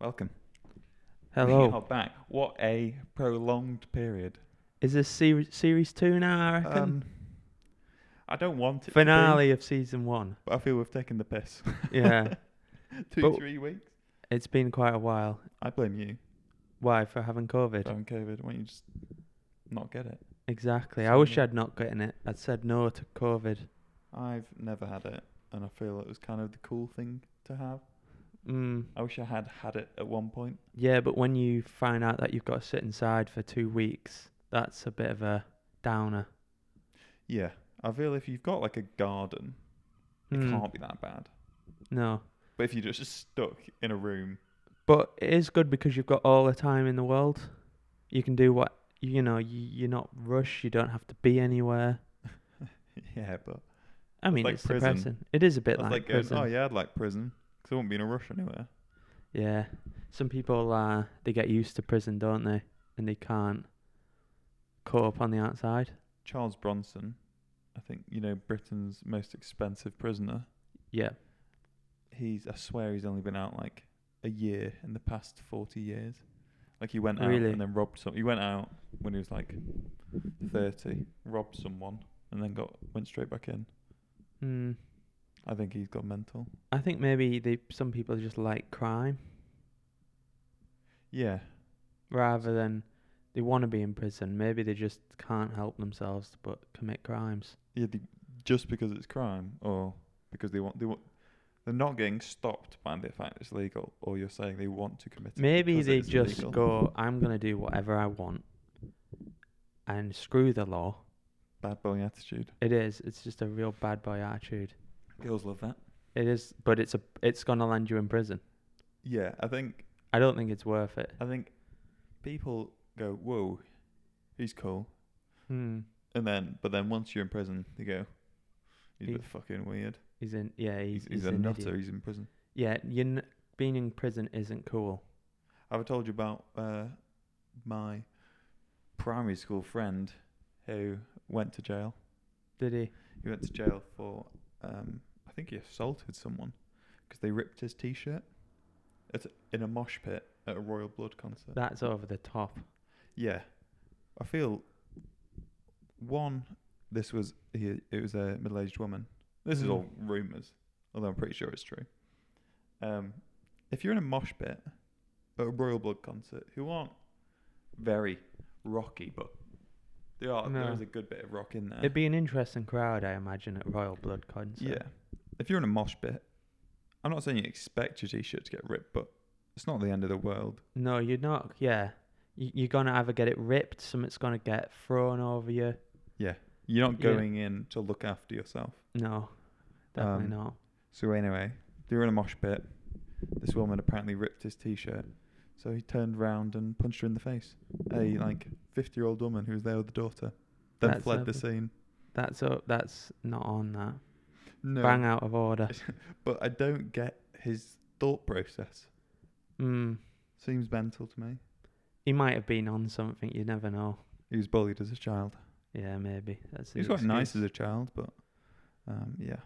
Welcome. You are Hello. back. What a prolonged period. Is this series series two now? I reckon. Um, I don't want it. to be, Finale of season one. but I feel we've taken the piss. Yeah, Two, But- three weeks. it's been quite a while. I blame you. Why for having COVID? During COVID, why don't you just not get it? Exactly. I So- wish I'd not gotten it. I'd said no to COVID. I've never had it, and I feel it was kind of the cool thing to have. Mm. I wish I had had it at one point. Yeah, but when you find out that you've got to sit inside for two weeks, that's a bit of a downer. Yeah, I feel if you've got like a garden, it Mm, can't be that bad. No, But if you're just stuck in a room, but it is good because you've got all the time in the world. You can do what you know. You, you're not rushed. You don't have to be anywhere. yeah, but I mean, like it's prison. depressing. It is a bit I was like, like, going, prison. oh yeah, I'd like prison because I wouldn't be in a rush anywhere. Yeah. Some people uh they get used to prison, don't they? And they can't cope on the outside. Charles Bronson, I think you know Britain's most expensive prisoner. Yeah. He's I swear he's only been out like a year in the past forty years. Like he went out Really? and then robbed some. He went out when he was like thirty, robbed someone, and then got went straight back in. Mm. I think he's got mental. I think maybe they some people just like crime Yeah, rather than they want to be in prison. Maybe they just can't help themselves but commit crimes. yeah. The, just because it's crime, or because they want they want. They're not getting stopped by the fact it's legal, or you're saying they want to commit it. Maybe because they it's just illegal. go, I'm gonna do whatever I want and screw the law. bad boy attitude. It is. It's just a real bad boy attitude. Girls love that. It is but it's a it's gonna land you in prison. Yeah, I think I don't think it's worth it. I think people go, "Whoa, he's cool," Hmm. and then but then once you're in prison, they go, "He's a He- bit fucking weird. He's in. Yeah, He's, he's, he's, a an nutter. idiot. He's in prison." Yeah, you n- being in prison isn't cool. Have I told you about uh, my primary school friend who went to jail? Did he? He went to jail for um, I think he assaulted someone because they ripped his t-shirt at, in a mosh pit at a Royal Blood concert. That's over the top. Yeah, I feel one. This was he, it was a middle-aged woman. This is Mm. all rumors, although I'm pretty sure it's true. Um, if you're in a mosh pit at a Royal Blood concert, who aren't very rocky, but they are. No. There is a good bit of rock in there. It'd be an interesting crowd, I imagine, at Royal Blood concert. yeah, if you're in a mosh pit, I'm not saying you expect your t-shirt to get ripped, but it's not the end of the world. No, you're not. Yeah, you, you're gonna either get it ripped, something's gonna get thrown over you. You're not Yeah. going in to look after yourself. No, definitely Um, not. So anyway, they were in a mosh pit. This woman apparently ripped his t-shirt, so he turned round and punched her in the face. A like fifty-year-old woman who was there with the daughter, then That's fled the lovely. scene. That's o that's not on that. No, Bang out of order. but I don't get his thought process. Mm. Seems mental to me. He might have been on something. You never know. He was bullied as a child. Yeah, maybe. That's He was the quite nice excuse. as a child, but um, yeah,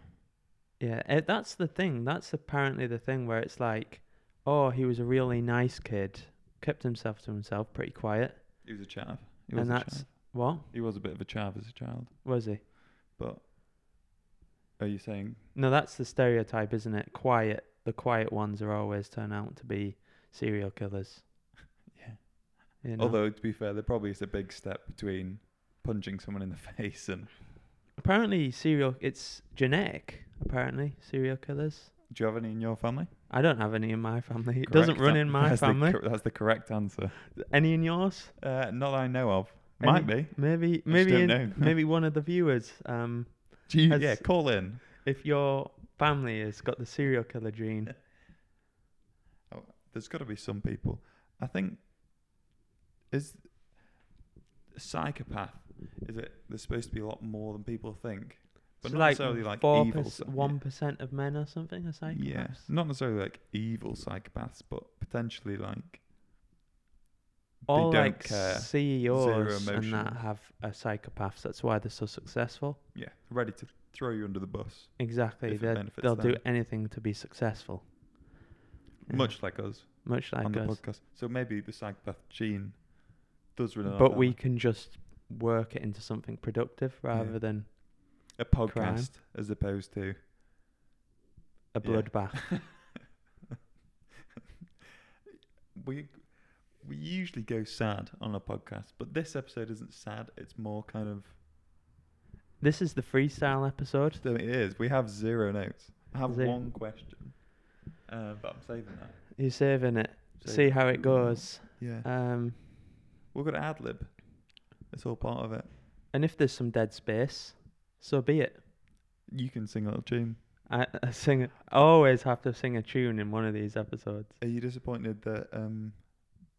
Yeah, eh, that's the thing. That's apparently the thing where it's like, oh, he was a really nice kid, kept himself to himself, pretty quiet. he was a chav. He And was a that's- chav. What he was a bit of a chav as a child. was he? But are you saying No, that's the stereotype, isn't it? Quiet. The quiet ones are always turn out to be serial killers. yeah? You know? Although to be fair, there probably is a big step between punching someone in the face and. apparently serial, it's genetic. Apparently serial killers. Do you have any in your family? I don't have any in my family. It doesn't Correct run an- in my that's the family. cor- that's the correct answer. Any in yours? Uh, not that I know of. Might be. Maybe, I just maybe, don't in, know. maybe one of the viewers. Um, Do you- has- yeah, call in. if your family has got the serial killer gene, There's got to be some people. I think is psychopath. Is it? There's supposed to be a lot more than people think, but so not like necessarily like four evil. perc- psy- one percent of men or something are psychopaths. yeah, not necessarily like evil psychopaths, but potentially like all don't like care. CEOs Zero and that emotion. have are psychopaths. That's why they're so successful. yeah, ready to throw you under the bus, Exactly, If it They're- benefits they'll do them. anything to be successful. Yeah. much like us. much like on the us. podcast. So maybe the psychopath gene does run. but we can just work it into something productive rather Yeah. than a podcast as opposed to Yeah. a bloodbath. we we usually go sad on a podcast, but this episode isn't sad. It's more kind of This is the freestyle episode. No, it is. We have zero notes. I have Zero. one question, uh, but I'm saving that. You're saving it. See Saving how it goes. Yeah, Um, we're gonna ad lib. It's all part of it. and if there's some dead space, so be it. You can sing a little tune. I, I sing. I always have to sing a tune in one of these episodes. Are you disappointed that um,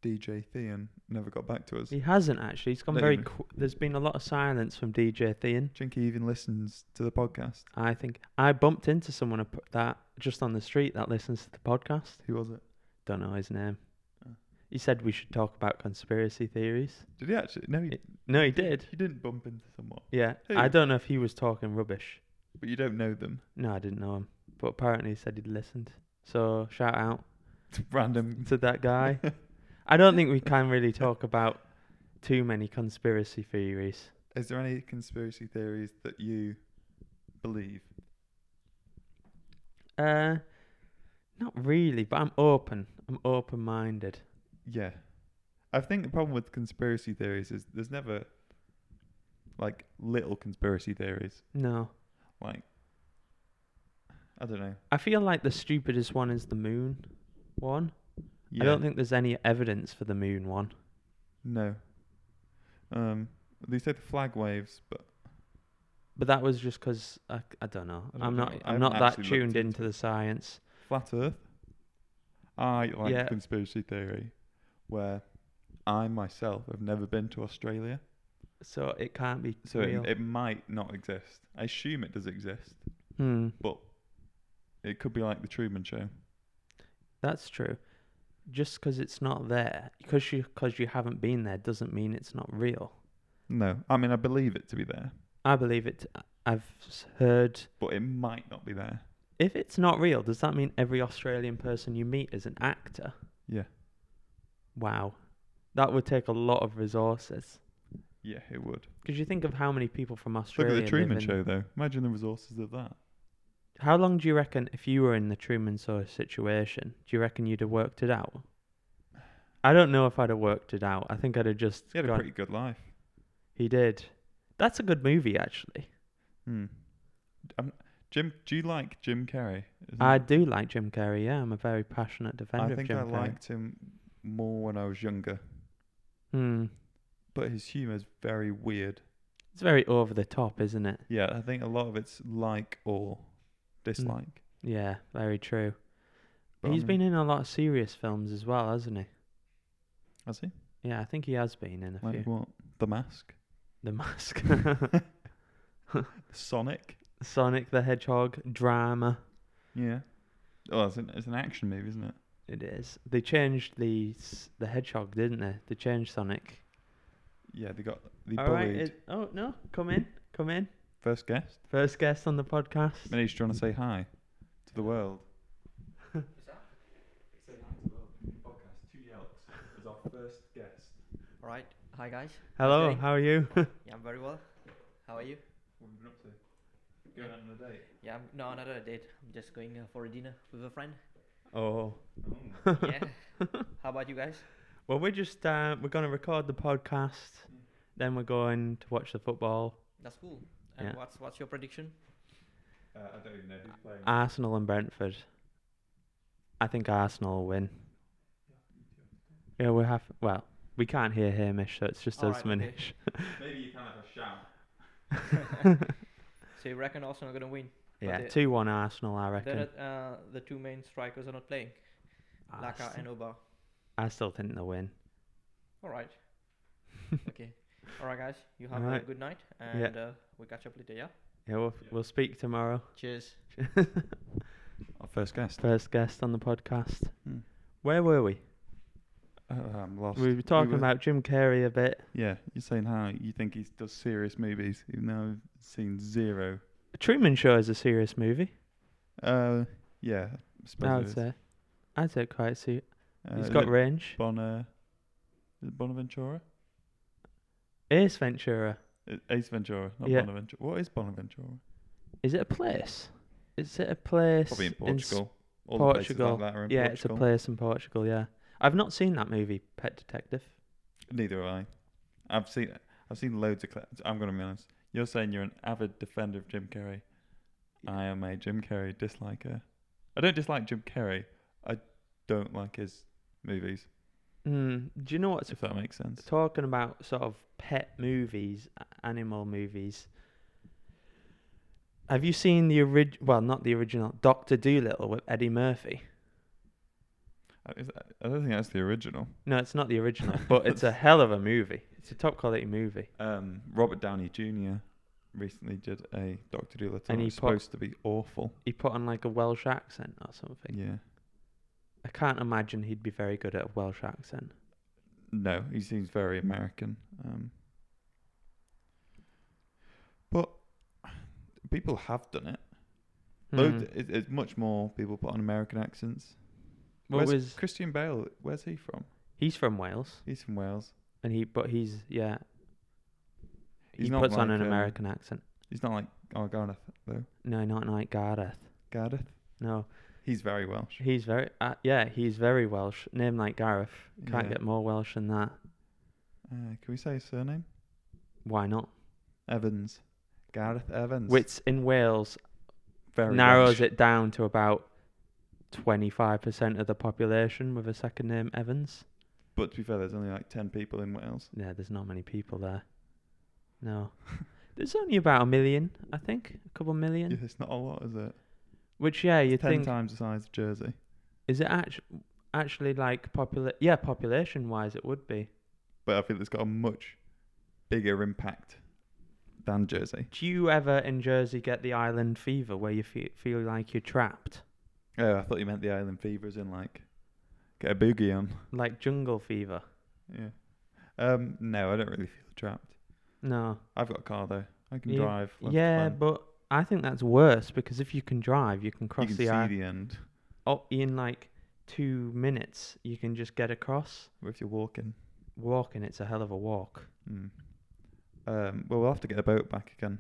DJ Theon never got back to us? He hasn't actually. He's gone Not very. even. Qu- there's been a lot of silence from DJ Thean. Jinky even listens to the podcast. I think I bumped into someone ap- that just on the street that listens to the podcast. Who was it? Don't know his name. Oh. He said we should talk about conspiracy theories. Did he actually? No, he, It- No, he did. He didn't bump into someone, Yeah, Who? I don't know if he was talking rubbish. but you don't know them. No, I didn't know him, but apparently he said he'd listened. So shout out Random. to that guy. I don't think we can really talk about too many conspiracy theories. Is there any conspiracy theories that you believe? Uh, not really, but I'm open. I'm open-minded. Yeah. I think the problem with conspiracy theories is there's never like little conspiracy theories. No, Like I don't know. I feel like the stupidest one is the moon one. Yeah. I don't think there's any evidence for the moon one. no. Um they say the flag waves, but But that was just 'cause I, I don't know. I don't I'm know. not I I'm haven't not actually that looked tuned into into the science. flat earth. I like Yeah. the conspiracy theory where I myself have never been to Australia. So it can't be So real. it, it might not exist. I assume it does exist, hmm, but it could be like the Truman Show. that's true. Just 'cause it's not there, because you because you haven't been there, doesn't mean it's not real. No, I mean I believe it to be there, I believe it. I've s- heard but it might not be there. if it's not real, does that mean every Australian person you meet is an actor? Yeah. Wow, that would take a lot of resources. Yeah, it would. 'Cause you think of how many people from Look Australia. at the live Truman in- Show though. Imagine the resources of that. How long do you reckon, if you were in the Truman Show situation, do you reckon you'd have worked it out? I don't know if I'd have worked it out. I think I'd have just. He had a gone- pretty good life. he did. That's a good movie, actually. Hmm. Um, Jim, do you like Jim Carrey? Isn't I it- do like Jim Carrey. Yeah, I'm a very passionate defender Mm-hmm. I think of I Jim Carrey. liked him more when I was younger, Hmm. but his humor is very weird. It's very over the top, isn't it? Yeah, I think a lot of it's like or dislike. Yeah, very true. But I He's mean- been in a lot of serious films as well, hasn't he? Mm. Has he? Yeah, I think he has been in a Like few. what? The Mask, The Mask, Sonic. Sonic the Hedgehog, drama. Yeah. Oh, it's an, it's an action movie, isn't it? It is. They changed the s- the Hedgehog, didn't they? They changed Sonic. Yeah, they got the All bullied. right. it- oh no! Come in. Come in. First guest. First guest on the podcast. Manish, do you want to say hi to the world? All right. Hi guys. Hello. Okay. How are you? Yeah, I'm very well. How are you? Going on a date. Yeah, I'm no, not on a date. I'm just going uh, for a dinner with a friend. oh. Yeah. How about you guys? Well, we're just uh, we're gonna record the podcast. Mm. Then we're going to watch the football. That's cool. And Yeah. what's what's your prediction? Uh, I don't even know who's playing. Arsenal and Brentford. I think Arsenal will win. Yeah, we have. Well, we can't hear Hamish, so it's just All us, right, okay. Manish. Maybe you can have a shout. So you reckon Arsenal are gonna win? But Yeah, the- two one Arsenal, I reckon. Ah, The, uh, the two main strikers are not playing, I Laka st- and Oba. I still think they'll win. All right. okay. All right, guys. You All have a right. good night, and Yeah. uh, we catch up later. Yeah. Yeah, we'll, Yeah. we'll speak tomorrow. Cheers. Our first guest. First guest on the podcast. Hmm. Where were we? Uh, I'm lost. We were talking were- about Jim Carrey a bit. Yeah, you're saying how you think he does serious movies, even though I've seen zero. Truman Show is a serious movie. Uh, yeah, I suppose I it would is. say. I'd say quite serious. Uh, He's is got it range. Bon, uh, is it Bonaventura? Ace Ventura. Uh, Ace Ventura, not Yeah. Bonaventura. What is Bonaventura? Is it a place? Is it a place? Probably in S- Portugal. All the places Portugal. like that are in yeah, it's a Portugal. place in Portugal. Yeah, I've not seen that movie, Pet Detective. Neither have I. I've seen I've seen loads of clips. I'm gonna be honest. You're saying you're an avid defender of Jim Carrey. I am a Jim Carrey disliker. I don't dislike Jim Carrey. I don't like his movies. Mm, do you know what's If that makes sense. talking about sort of pet movies, a- animal movies? Have you seen the orig? Well, not the original Doctor Doolittle with Eddie Murphy. I Uh, is that- I don't think that's the original. No, it's not the original, but it's a hell of a movie. It's a top quality movie. Um, Robert Downey Jr. recently did a Doctor Doolittle. And And he it's pop- supposed to be awful. He put on like a Welsh accent or something. Yeah. I can't imagine he'd be very good at a Welsh accent. No, he seems very American. Um, but people have done it. Loads- Hmm. it- it's much more people put on American accents. What where's was Christian Bale? Where's he from? he's from Wales, He's from Wales. and he but he's yeah. He's he not puts on like, an um, American accent. He's not like oh Gareth though. No, not like Gareth. Gareth. No, He's very Welsh. he's very uh, yeah, he's very Welsh. Name like Gareth. Can't Yeah. get more Welsh than that. Uh, can we say his surname? Why not? Evans. Gareth Evans. Which in Wales very narrows Welsh. it down to about twenty five percent of the population with a second name Evans. But to be fair, there's only like ten people in Wales. Yeah, there's not many people there. No. There's only about a million, I think. A couple million. Yeah, it's not a lot, is it? Which yeah, you Ten think times the size of Jersey. Is it actually actually like popula Yeah, population wise, it would be. But I feel it's got a much bigger impact than Jersey. Do you ever in Jersey get the island fever where you fe- feel like you're trapped, Oh, I thought you meant the island fevers in like get a boogie on. like jungle fever? Yeah. Um, no, I don't really feel trapped. No. I've got a car though. I can You- drive. left to yeah, right. but I think that's worse because if you can drive, you can cross you can the see island. the end Oh, in like two minutes, you can just get across. if you're walking. Walking, it's a hell of a walk. Mm. Um, well, we'll have to get a boat back again.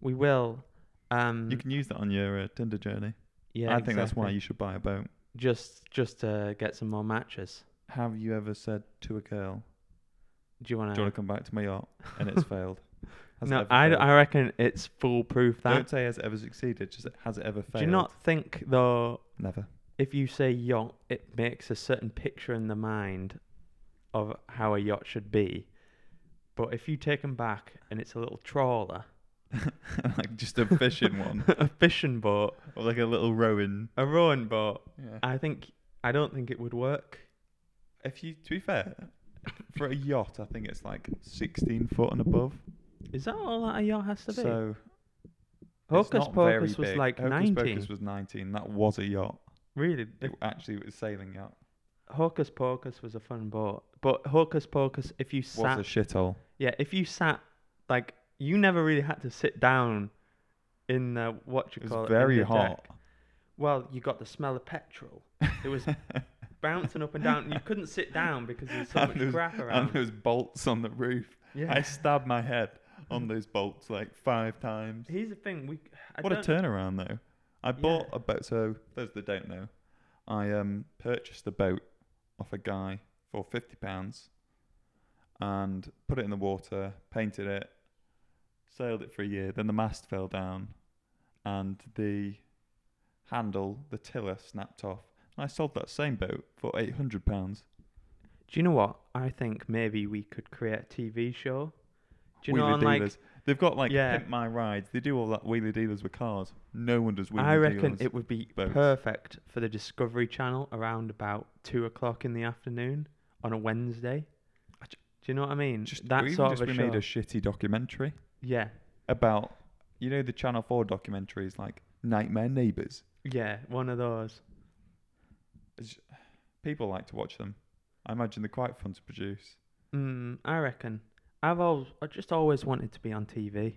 We will. Um, You can use that on your uh, Tinder journey. yeah, I think that's why exactly. you should buy a boat. just just to get some more matches. Have you ever said to a girl, Do you want "Do you want to come back to my yacht?" and it's failed. Has it Uh-huh. No, ever I, failed? I reckon it's foolproof. That don't say has it ever succeeded. Just has it ever failed? do you not think though? Never. If you say yacht, it makes a certain picture in the mind of how a yacht should be. But if you take them back and it's a little trawler, like just a fishing one a fishing boat, or like a little rowing. a rowing boat, Yeah. I think I don't think it would work. If you, to be fair, for a yacht, I think it's like 16 foot and above. Is that all that a yacht has to be? So it's Hocus not very Pocus was big. like Hocus 19. Pocus was 19. That was a yacht. really, It actually was a sailing yacht. Hocus Pocus was a fun boat, but Hocus Pocus, if you sat Was a shithole. Yeah, if you sat like you never really had to sit down in the what you It was call it. in very the hot. deck. Well, you got the smell of petrol. It was bouncing up and down. You couldn't sit down because there's so And much there was- crap And around. there was bolts on the roof. yeah. I stabbed my head on those bolts like five times. Here's the thing. We I what a don't- turnaround though. I bought Yeah. a boat. So those that don't know, I um purchased a boat off a guy for fifty pounds, and put it in the water, painted it, sailed it for a year. Then the mast fell down, and the handle, the tiller, snapped off. And I sold that same boat for eight hundred pounds. Do you know what? I think maybe we could create a TV show. Do you Wheeler know, on, like dealers. They've got like Yeah. Pimp My Rides. They do all that wheelie dealers with cars. No one does wheelie I reckon dealers. it would be boats. perfect for the Discovery Channel around about two o'clock in the afternoon on a Wednesday. I ju- Do you know what I mean? just, that or even sort just of a we show. made a shitty documentary. yeah, about you know the Channel Four documentaries like Nightmare Neighbors. yeah, one of those. It's- People like to watch them. I imagine they're quite fun to produce. Mm, I reckon. I've always, I just always wanted to be on TV.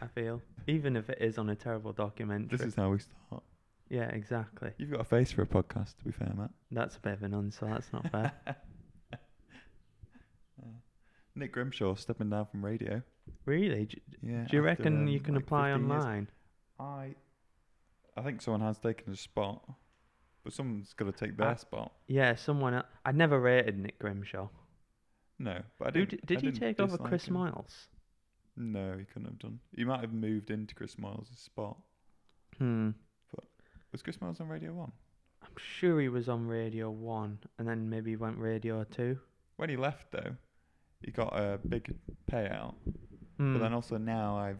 I feel, even if it is on a terrible documentary. This is how we start. Yeah, exactly. You've got a face for a podcast, to be fair, Matt. That's a bit of an insult. That's not fair. Nick Grimshaw stepping down from radio. really? Do, Yeah. do after, you reckon um, you can like apply 15 years. online? I, I think someone has taken a spot, but someone's got to take their Ah. spot. Yeah, someone. el I never rated Nick Grimshaw. No, but I Who didn't. did, I did he didn't take over dislike Chris him. Miles? No, he couldn't have done. He might have moved into Chris Miles' spot. Hmm. Was Chris Miles on Radio One I'm sure he was on Radio One, and then maybe went Radio Two. when he left? Though he got a big payout, Hmm. but then also now I've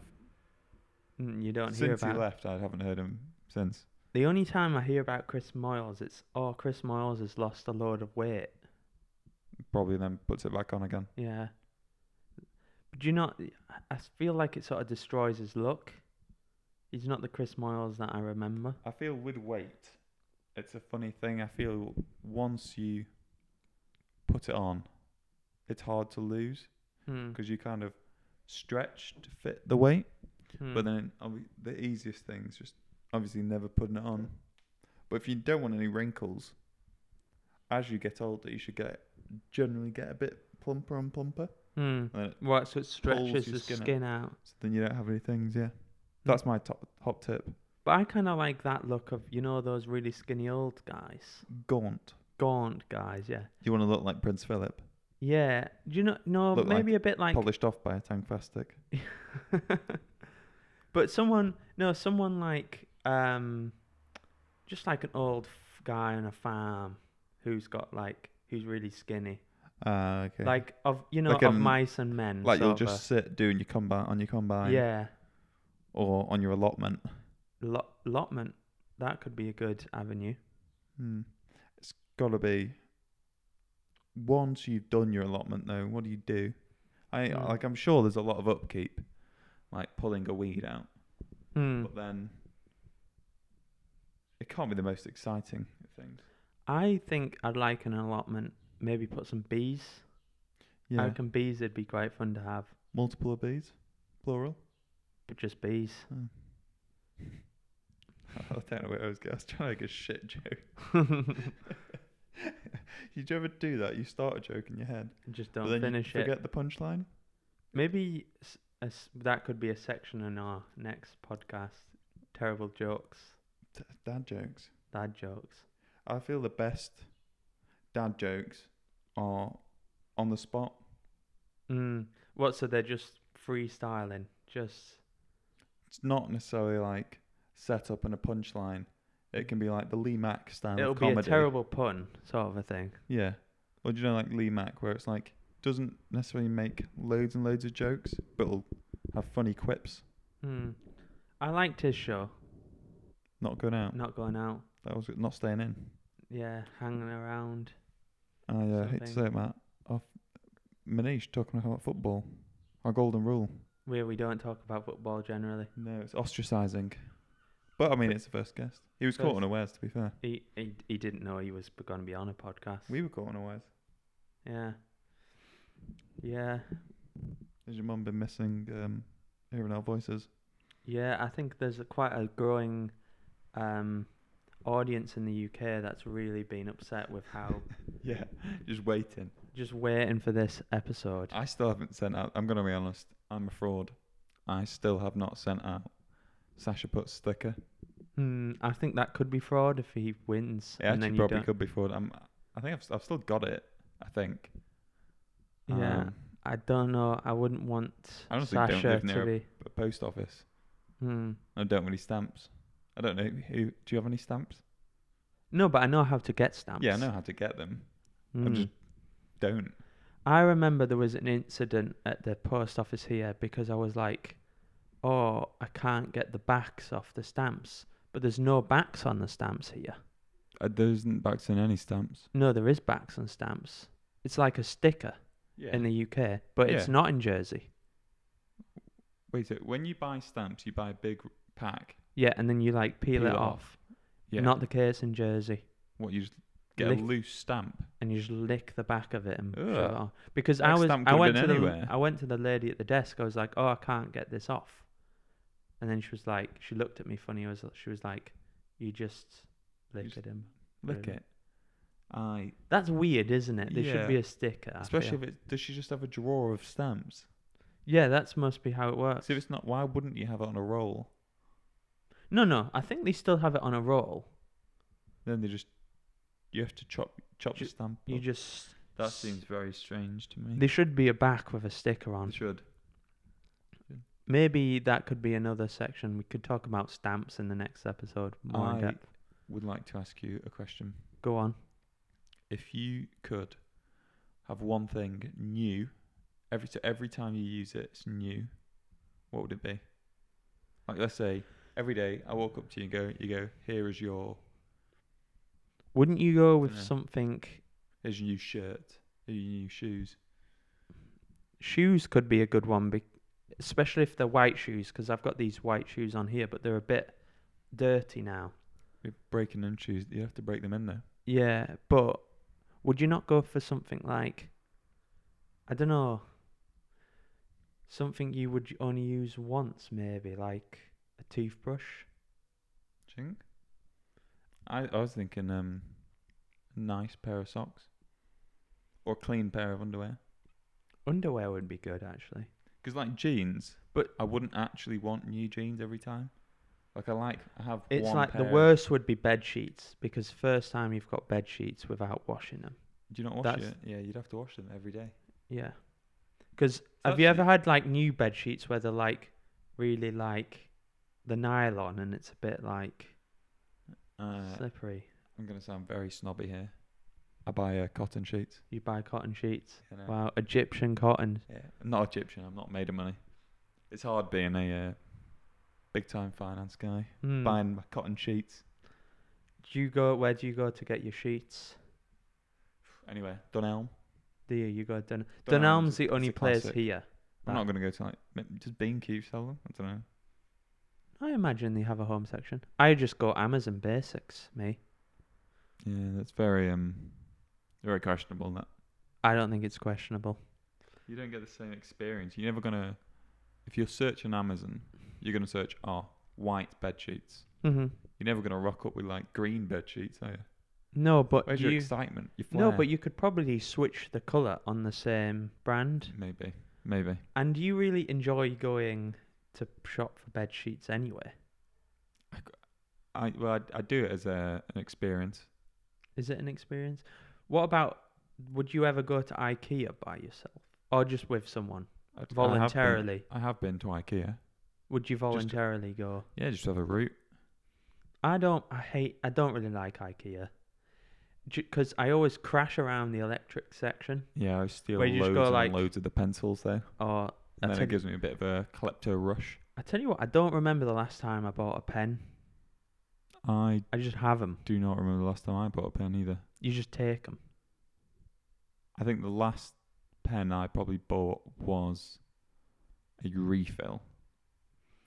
Mm, you don't hear since he about. left, I haven't heard him since. The only time I hear about Chris Miles, it's oh, Chris Miles has lost a load of weight. Probably then puts it back on again. Yeah. But do you not? I s- feel like it sort of destroys his look. He's not the Chris Miles that I remember. I feel with weight, it's a funny thing. I feel once you put it on, it's hard to lose Hmm. because you kind of stretch to fit the weight. hmm. But then obvi- the easiest thing is just obviously never putting it on. But if you don't want any wrinkles, as you get older, you should get generally get a bit plumper and plumper. Hmm. And then, it, Right, so it stretches your the skin skin, out. out. so then you don't have any things. Yeah, Hmm. that's my top hot tip. But I kind of like that look of you know those really skinny old guys, Gaunt. gaunt guys. Yeah. You want to look like Prince Philip, Yeah. Do you know? No, Look like maybe a bit like. polished off by a Tang Fastic. but someone, no, someone like, um, just like an old f- guy on a farm who's got like, who's really skinny, Ah, okay. like of you know Like of an- mice and men. like you'll sort of just sit doing your combine on your a- combine yeah, or on your allotment. Lo- allotment. That could be a good avenue. Hmm. It's got to be. Once you've done your allotment, though, what do you do? I Hmm. like. I'm sure there's a lot of upkeep, like pulling a weed out. Hmm. But then, it can't be the most exciting of things. I think I'd like an allotment. Maybe put some bees. Yeah, I reckon bees would be great fun to have, multiple of bees, plural. but just bees. Hmm. I don't know where I was going. I was trying to make a shit joke. Did you ever do that? You start a joke in your head, just but don't then finish you it. forget the punchline. Maybe s- a s- that could be a section in our next podcast. Terrible jokes, D- Dad jokes. dad jokes. I feel the best dad jokes are on the spot. Mm. What? So they're just freestyling. Just It's not necessarily like set up and a punchline. It can be like the Lee Mack style it'll of comedy. be a terrible pun, sort of a thing. Yeah. Or do you know like Lee Mack where it's like doesn't necessarily make loads and loads of jokes, but will have funny quips. Mm. I liked his show. Not going out. Not going out. That was not staying in. Yeah, hanging around. I uh, hate to Something. say it, Matt. Off Manish talking about football. Our golden rule. Where we don't talk about football generally. No, it's ostracising. But I mean, it's the first guest. He was caught First- unawares, to be fair. He he, he didn't know he was going to be on a podcast. We were caught unawares. yeah. Yeah. Has your mum been missing um, hearing our voices? Yeah, I think there's a, quite a growing um, audience in the UK that's really been upset with how Yeah, just waiting. just waiting for this episode. I still haven't sent out. I'm gonna be honest. I'm a fraud. I still have not sent out Sasha Putt's sticker. Hmm, I think that could be fraud if he wins. It and then actually you probably don't- could be fraud. I'm. I think I've, s- I've still got it. I think. Yeah, Um, I don't know. I wouldn't want I honestly don't Sasha live to near a- be. but post office. Hmm. I don't really stamps. I don't know who. Do you have any stamps? No, but I know how to get stamps. Yeah, I know how to get them. Hmm. I just don't. I remember there was an incident at the post office here because I was like, oh, I can't get the backs off the stamps. But there's no backs on the stamps here. Uh, there isn't backs in any stamps. No, there is backs on stamps. It's like a sticker Yeah. in the UK, but it's Yeah. not in Jersey. Wait, so when you buy stamps, you buy a big pack. Yeah, and then you like peel, it off. Yeah. Not the case in Jersey. What you just get Lick- a loose stamp. And you just lick the back of it and shove it Ugh. off. because That I was stamp I could've went to been the anywhere. I went to the lady at the desk. I was like, "Oh, I can't get this off," and then she was like, she looked at me funny. I was she was like, You just lick just at him. Lick Really? it. I That's weird, isn't it? There Yeah. should be a sticker. I feel. especially if it does she just have a drawer of stamps? yeah, that's must be how it works. So if it's not why wouldn't you have it on a roll? No, no, I think they still have it on a roll. Then they just you have to chop chop Ju- the stamp. You up. just that seems very strange to me. There should be a back with a sticker It on. should. Maybe that could be another section. We could talk about stamps in the next episode more in I- depth. Would like to ask you a question. Go on. If you could have one thing new every so every time you use it, it's new. What would it be? Like let's say every day I walk up to you and go, you go, here is your Wouldn't you go with Dunno. something? here's your new shirt, here's your new shoes. Shoes could be a good one, be- especially if they're white shoes, because I've got these white shoes on here, but they're a bit dirty now. You're breaking in shoes. You have to break them in though. Yeah, but would you not go for something like, I don't know, something you would only use once, maybe like a toothbrush? Do you think? I, I was thinking um a nice pair of socks. Or a clean pair of underwear. Underwear would be good, actually. Because like jeans, But- I wouldn't actually want new jeans every time. Like I like I have It's one like pair the of- worst would be bed sheets because first time you've got bed sheets without washing them. Do you not wash that's- it? Yeah, you'd have to wash them every day. Yeah. Because have you actually- ever had like new bed sheets where they're like really like the nylon and it's a bit like Uh, slippery? I'm gonna sound very snobby here. I buy uh, cotton sheets. You buy cotton sheets. You know? Wow, Egyptian cotton. Yeah, I'm not Egyptian. I'm not made of money. It's hard being a uh, big time finance guy Hmm. buying my cotton sheets. Do you go? Where do you go to get your sheets? Anyway, Dunelm. Do you, you go to Dun- Dunelm's Dunelm's is- the it's only a place classic. here. I'm not gonna go to like m- does Bean Cube sell them? I don't know. I imagine they have a home section. I just go Amazon Basics, me. Yeah, that's very um, very questionable. That I don't think it's questionable. you don't get the same experience. You're never gonna if you're searching Amazon, you're gonna search oh white bed sheets. hmm You're never gonna rock up with like green bed sheets, are you? No, but Where's you your excitement? Your flair? no, but you could probably switch the color on the same brand. maybe, maybe. And you really enjoy going to shop for bed sheets anyway. I well, I, I do it as a an experience. Is it an experience? What about? Would you ever go to IKEA by yourself or just with someone I- I have been- voluntarily? I have been, to IKEA. Would you voluntarily go? Yeah, just have a route. I don't. I hate. I don't really like IKEA because I always crash around the electric section. Yeah, I steal Where you loads just go, and like- loads of the pencils though, Or I and then tell, it gives me a bit of a klepto rush. I tell you what, I don't remember the last time I bought a pen. I I just have them. do not remember the last time I bought a pen either. You just take them. I think the last pen I probably bought was a refill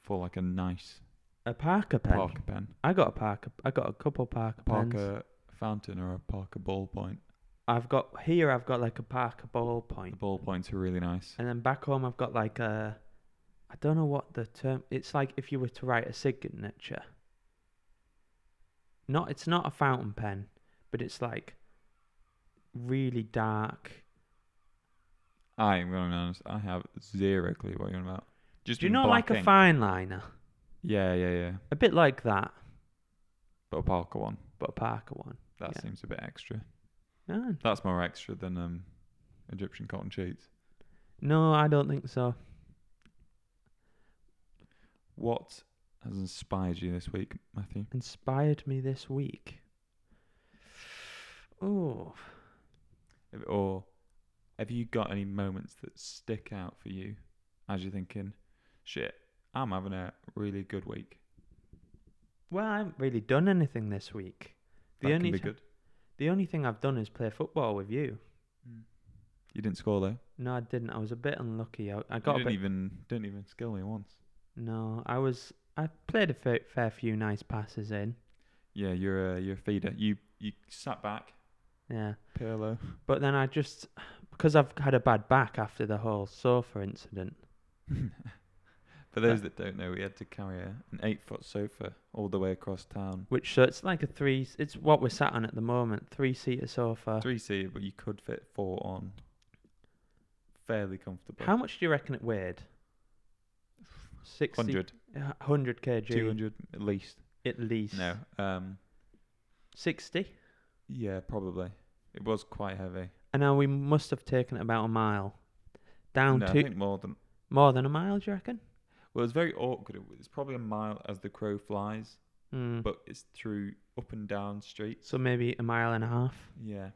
for like a nice A Parker pen. Parker pen, I got a Parker. I got a couple Parker, pens. Parker fountain, or a Parker ballpoint. I've got here. I've got like a Parker The ballpoint, ballpoints are really nice. and then back home I've got like a. I don't know what the term. It's like if you were to write a signature. Not. It's not a fountain pen, but it's like. Really dark. I am going to be honest. I have zero clue what you're on about. Just Do you in know black like a ink. fine liner? Yeah, yeah, yeah. A bit like that, But a Parker one. but a Parker one. That Yeah. seems a bit extra. Ah, That's more extra than um, Egyptian cotton sheets. No, I don't think so. What has inspired you this week, Matthew? Inspired me this week. Oh, If- Or have you got any moments that stick out for you as you're thinking, shit, I'm having a really good week? well, I haven't really done anything this week. The That only can be ti- good. The only thing I've done is play football with you. hmm. You didn't score though. No, I didn't. I was a bit unlucky. I, I You got a didn't bit. even didn't even skill me once. No, I was. I played a fair, fair few nice passes in. Yeah, you're a you're a feeder. You you sat back, Yeah, Pirlo. but then I just because I've had a bad back after the whole sofa incident. For those that don't know, we had to carry a, an eight foot sofa all the way across town. Which so it's like a three. It's what we're sat on at the moment. Three seater sofa. Three seater, but you could fit four on. Fairly comfortable. How much do you reckon it weighed? Sixty. 100, 100 kg 200 at least. at least. No. Um, Sixty. yeah, probably. It was quite heavy. And now we must have taken it about a mile. Down no, I to think more than. more than a mile. Do you reckon? Well, it's very awkward. It was- It's probably a mile as the crow flies, Mm. but it's through up and down streets. so maybe a mile and a half. Yeah.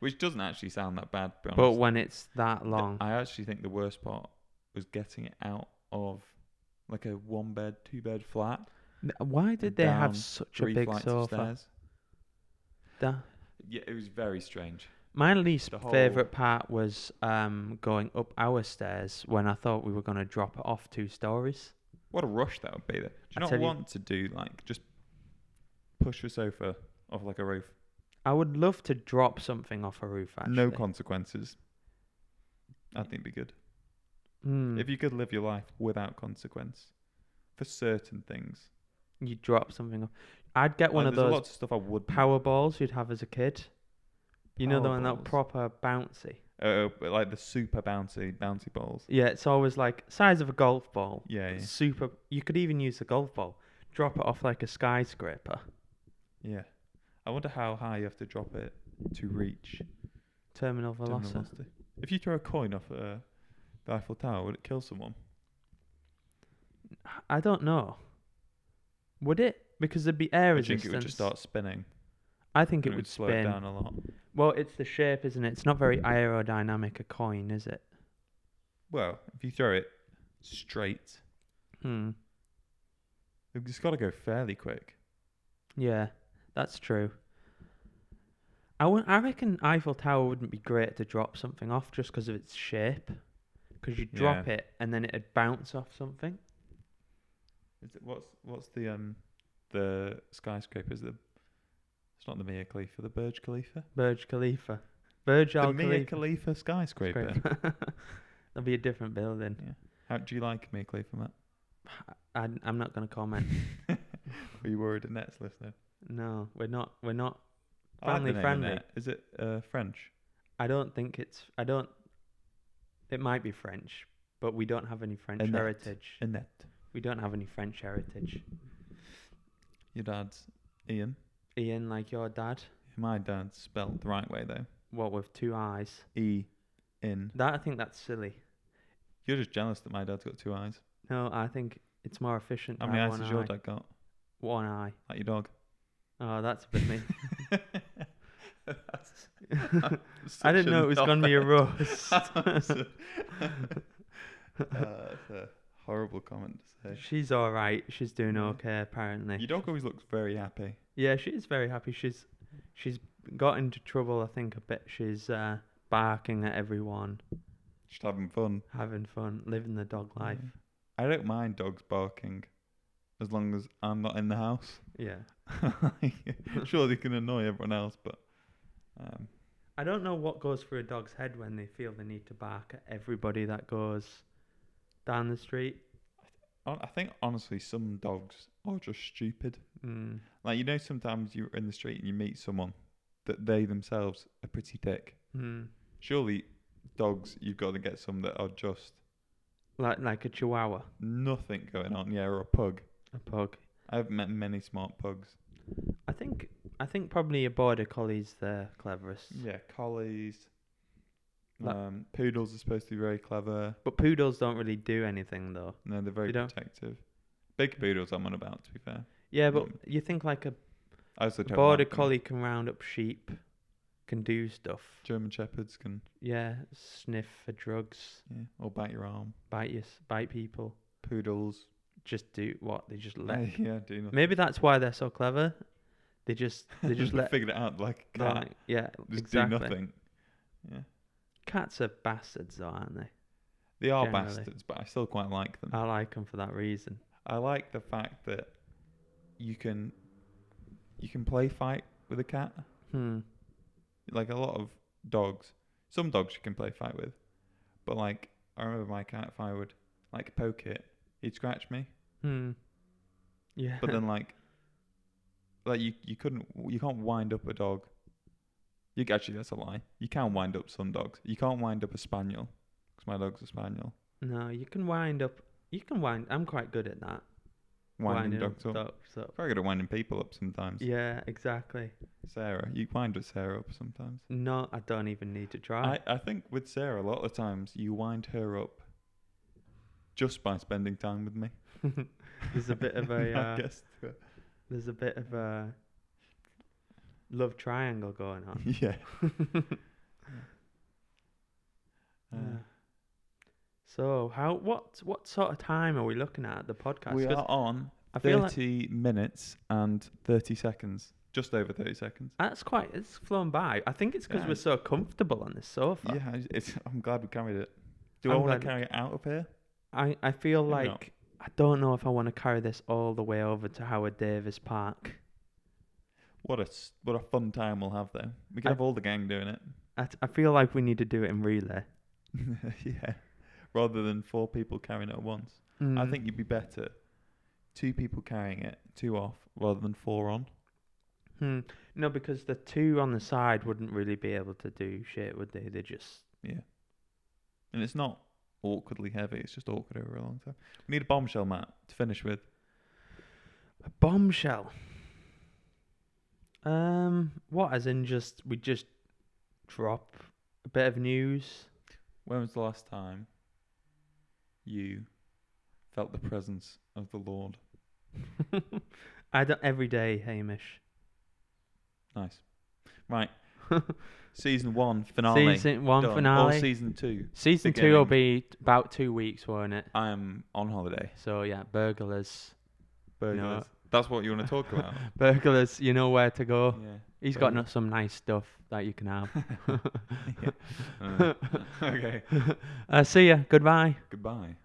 Which doesn't actually sound that bad, to be But honest. when it's that Th- long, I actually think the worst part was getting it out of like a one bed, two bed flat, Th- why did they down have such a three big flights of sofa? stairs. Da- Yeah, it was very strange. My least The whole- favorite part was um, going up our stairs when I thought we were going to drop it off two stories. What a rush that would be. There. I Do you tell not you- want to do like just push a sofa off like a roof? I would love to drop something off a roof. Actually, No consequences. I think it'd be good Hmm. if you could live your life without consequence for certain things. you drop something off. I'd get one Like, of Oh, there's those a lot of stuff I would. power balls you'd have as a kid. You know the Power one that balls? proper bouncy. Uh, like the super bouncy bouncy balls. Yeah, it's always like size of a golf ball. Yeah, yeah. Super. You could even use the golf ball. Drop it off like a skyscraper Yeah. I wonder how high you have to drop it to reach terminal terminal velocity. velocity. If you throw a coin off uh, the Eiffel Tower, would it kill someone? I don't know. Would it? Because there'd be air I resistance. think it would just start spinning. I think it and would, slow spin. it down Mm. a lot. Well, it's the shape, isn't it? It's not very aerodynamic a coin, is it? Well, if you throw it straight, Hmm. it's got to go fairly quick. Yeah, that's true. I wou- I reckon Eiffel Tower wouldn't be great to drop something off just because of its shape. Because you drop Yeah. it and then it'd bounce off something. Is it, what's what's the um the skyscrapers? The it's not the Mia Khalifa, the Burj Khalifa. Burj Khalifa. Burj Al the Mia Khalifa. Khalifa skyscraper. That'll be a different building. Yeah. How do you like Mia Khalifa, Matt? I, I'm not going to comment. Are you worried Annette's listener? No, we're not. We're not. I like the Family name friendly. Annette. Is it uh, French? I don't think it's. I don't. It might be French, but we don't have any French Annette. heritage. Annette. We don't have any French heritage. Your dad's Ian. Ian, like your dad, My dad's spelled the right way though. what with two eyes. E in. That I think that's silly. You're just jealous that my dad's got two eyes. No, I think it's more efficient. How to many have eyes one has your eye. dad got? One eye. Like your dog. Oh, that's a bit mean. That's I didn't know it was going to be a roast. roast. that's a horrible comment to say. She's all right. She's doing Yeah. okay, apparently. Your dog always looks very happy. Yeah, she is very happy. She's she's got into trouble, I think, a bit. She's uh, barking at everyone, Just having fun. having fun, living the dog life. I don't mind dogs barking as long as I'm not in the house. Yeah. sure, they can annoy everyone else, but um, I don't know what goes through a dog's head when they feel the need to bark at everybody that goes down the street. hon- I think honestly, some dogs are just stupid. Mm. Like you know, sometimes you're in the street and you meet someone that they themselves are pretty thick. Mm. Surely, dogs, you've got to get some that are just Like like a chihuahua, nothing going on. Yeah, or a pug. a pug. I have met many smart pugs. I think I think probably a border collie's the cleverest. Yeah, collies. Like- um, poodles are supposed to be very clever. But poodles don't really do anything though. No, they're very They don't- protective. Big poodles, I'm on about. To be fair, Yeah, but Mm. you think like a I also don't border like them. collie can round up sheep, can do stuff. German shepherds can Yeah, sniff for drugs, yeah, or bite your arm. bite you, bite people. Poodles, Just do what they just let. yeah, do nothing. Maybe that's why they're so clever. They just they just let. figured it out like a they're cat. like- yeah, just exactly. do nothing. Yeah, Cats are bastards, though, aren't they? they are Generally. Uh, bastards, but I still quite like them. I like them for that reason. I like the fact that you can you can play fight with a cat. Hmm. Like a lot of dogs, some dogs you can play fight with, but like I remember my cat if I would like poke it, He'd scratch me, Hmm. Yeah. but then like, like you you couldn't you can't wind up a dog. You actually that's a lie. You can wind up some dogs. You can't wind up a spaniel because my dog's a spaniel. no, you can wind up. You can wind. I'm quite good at that. Winding, dogs up. dogs up. Quite good at winding people up sometimes. Yeah, exactly. Sarah, you wind with Sarah up sometimes. No, I don't even need to try. I, I think with Sarah, a lot of times you wind her up just by spending time with me. there's a bit of a I uh, guess. there's a bit of a love triangle going on. yeah. Uh, Yeah. So how what what sort of time are we looking at the podcast? we 'Cause are on I feel like 30 minutes and 30 seconds. Just over 30 seconds. that's quite it's flown by. I think it's because Yeah. we're so comfortable on this sofa. Yeah, I- it's, I'm glad we carried it. Do i I'm want glad to we- carry it out of here? I I feel Maybe not. like I don't know if I want to carry this all the way over to Howard Davis Park. What a s- what a fun time we'll have though. We can I- have all the gang doing it. I, t- I feel like we need to do it in relay. yeah, rather than four people carrying it at once. I Mm. think you'd be better two people carrying it, two off, rather than four on. Hmm. No, because the two on the side wouldn't really be able to do shit, would they? They just And it's not awkwardly heavy; it's just awkward over a long time. We need a bombshell, Matt, to finish with. a bombshell. Um, what? As in, just we just drop a bit of news. When was the last time you felt the presence of the Lord? I don't every day, Hamish. Nice, right? season one finale. Season one done. finale. Or season two. season two will be t- about two weeks, won't it? I am on holiday. So yeah, burglars, Burglars. That's what you want to talk about. burglars. You know where to go. yeah. He's got Burglar- no- some nice stuff that you can have. Yeah. Uh, okay. Uh, see ya. Goodbye. Goodbye.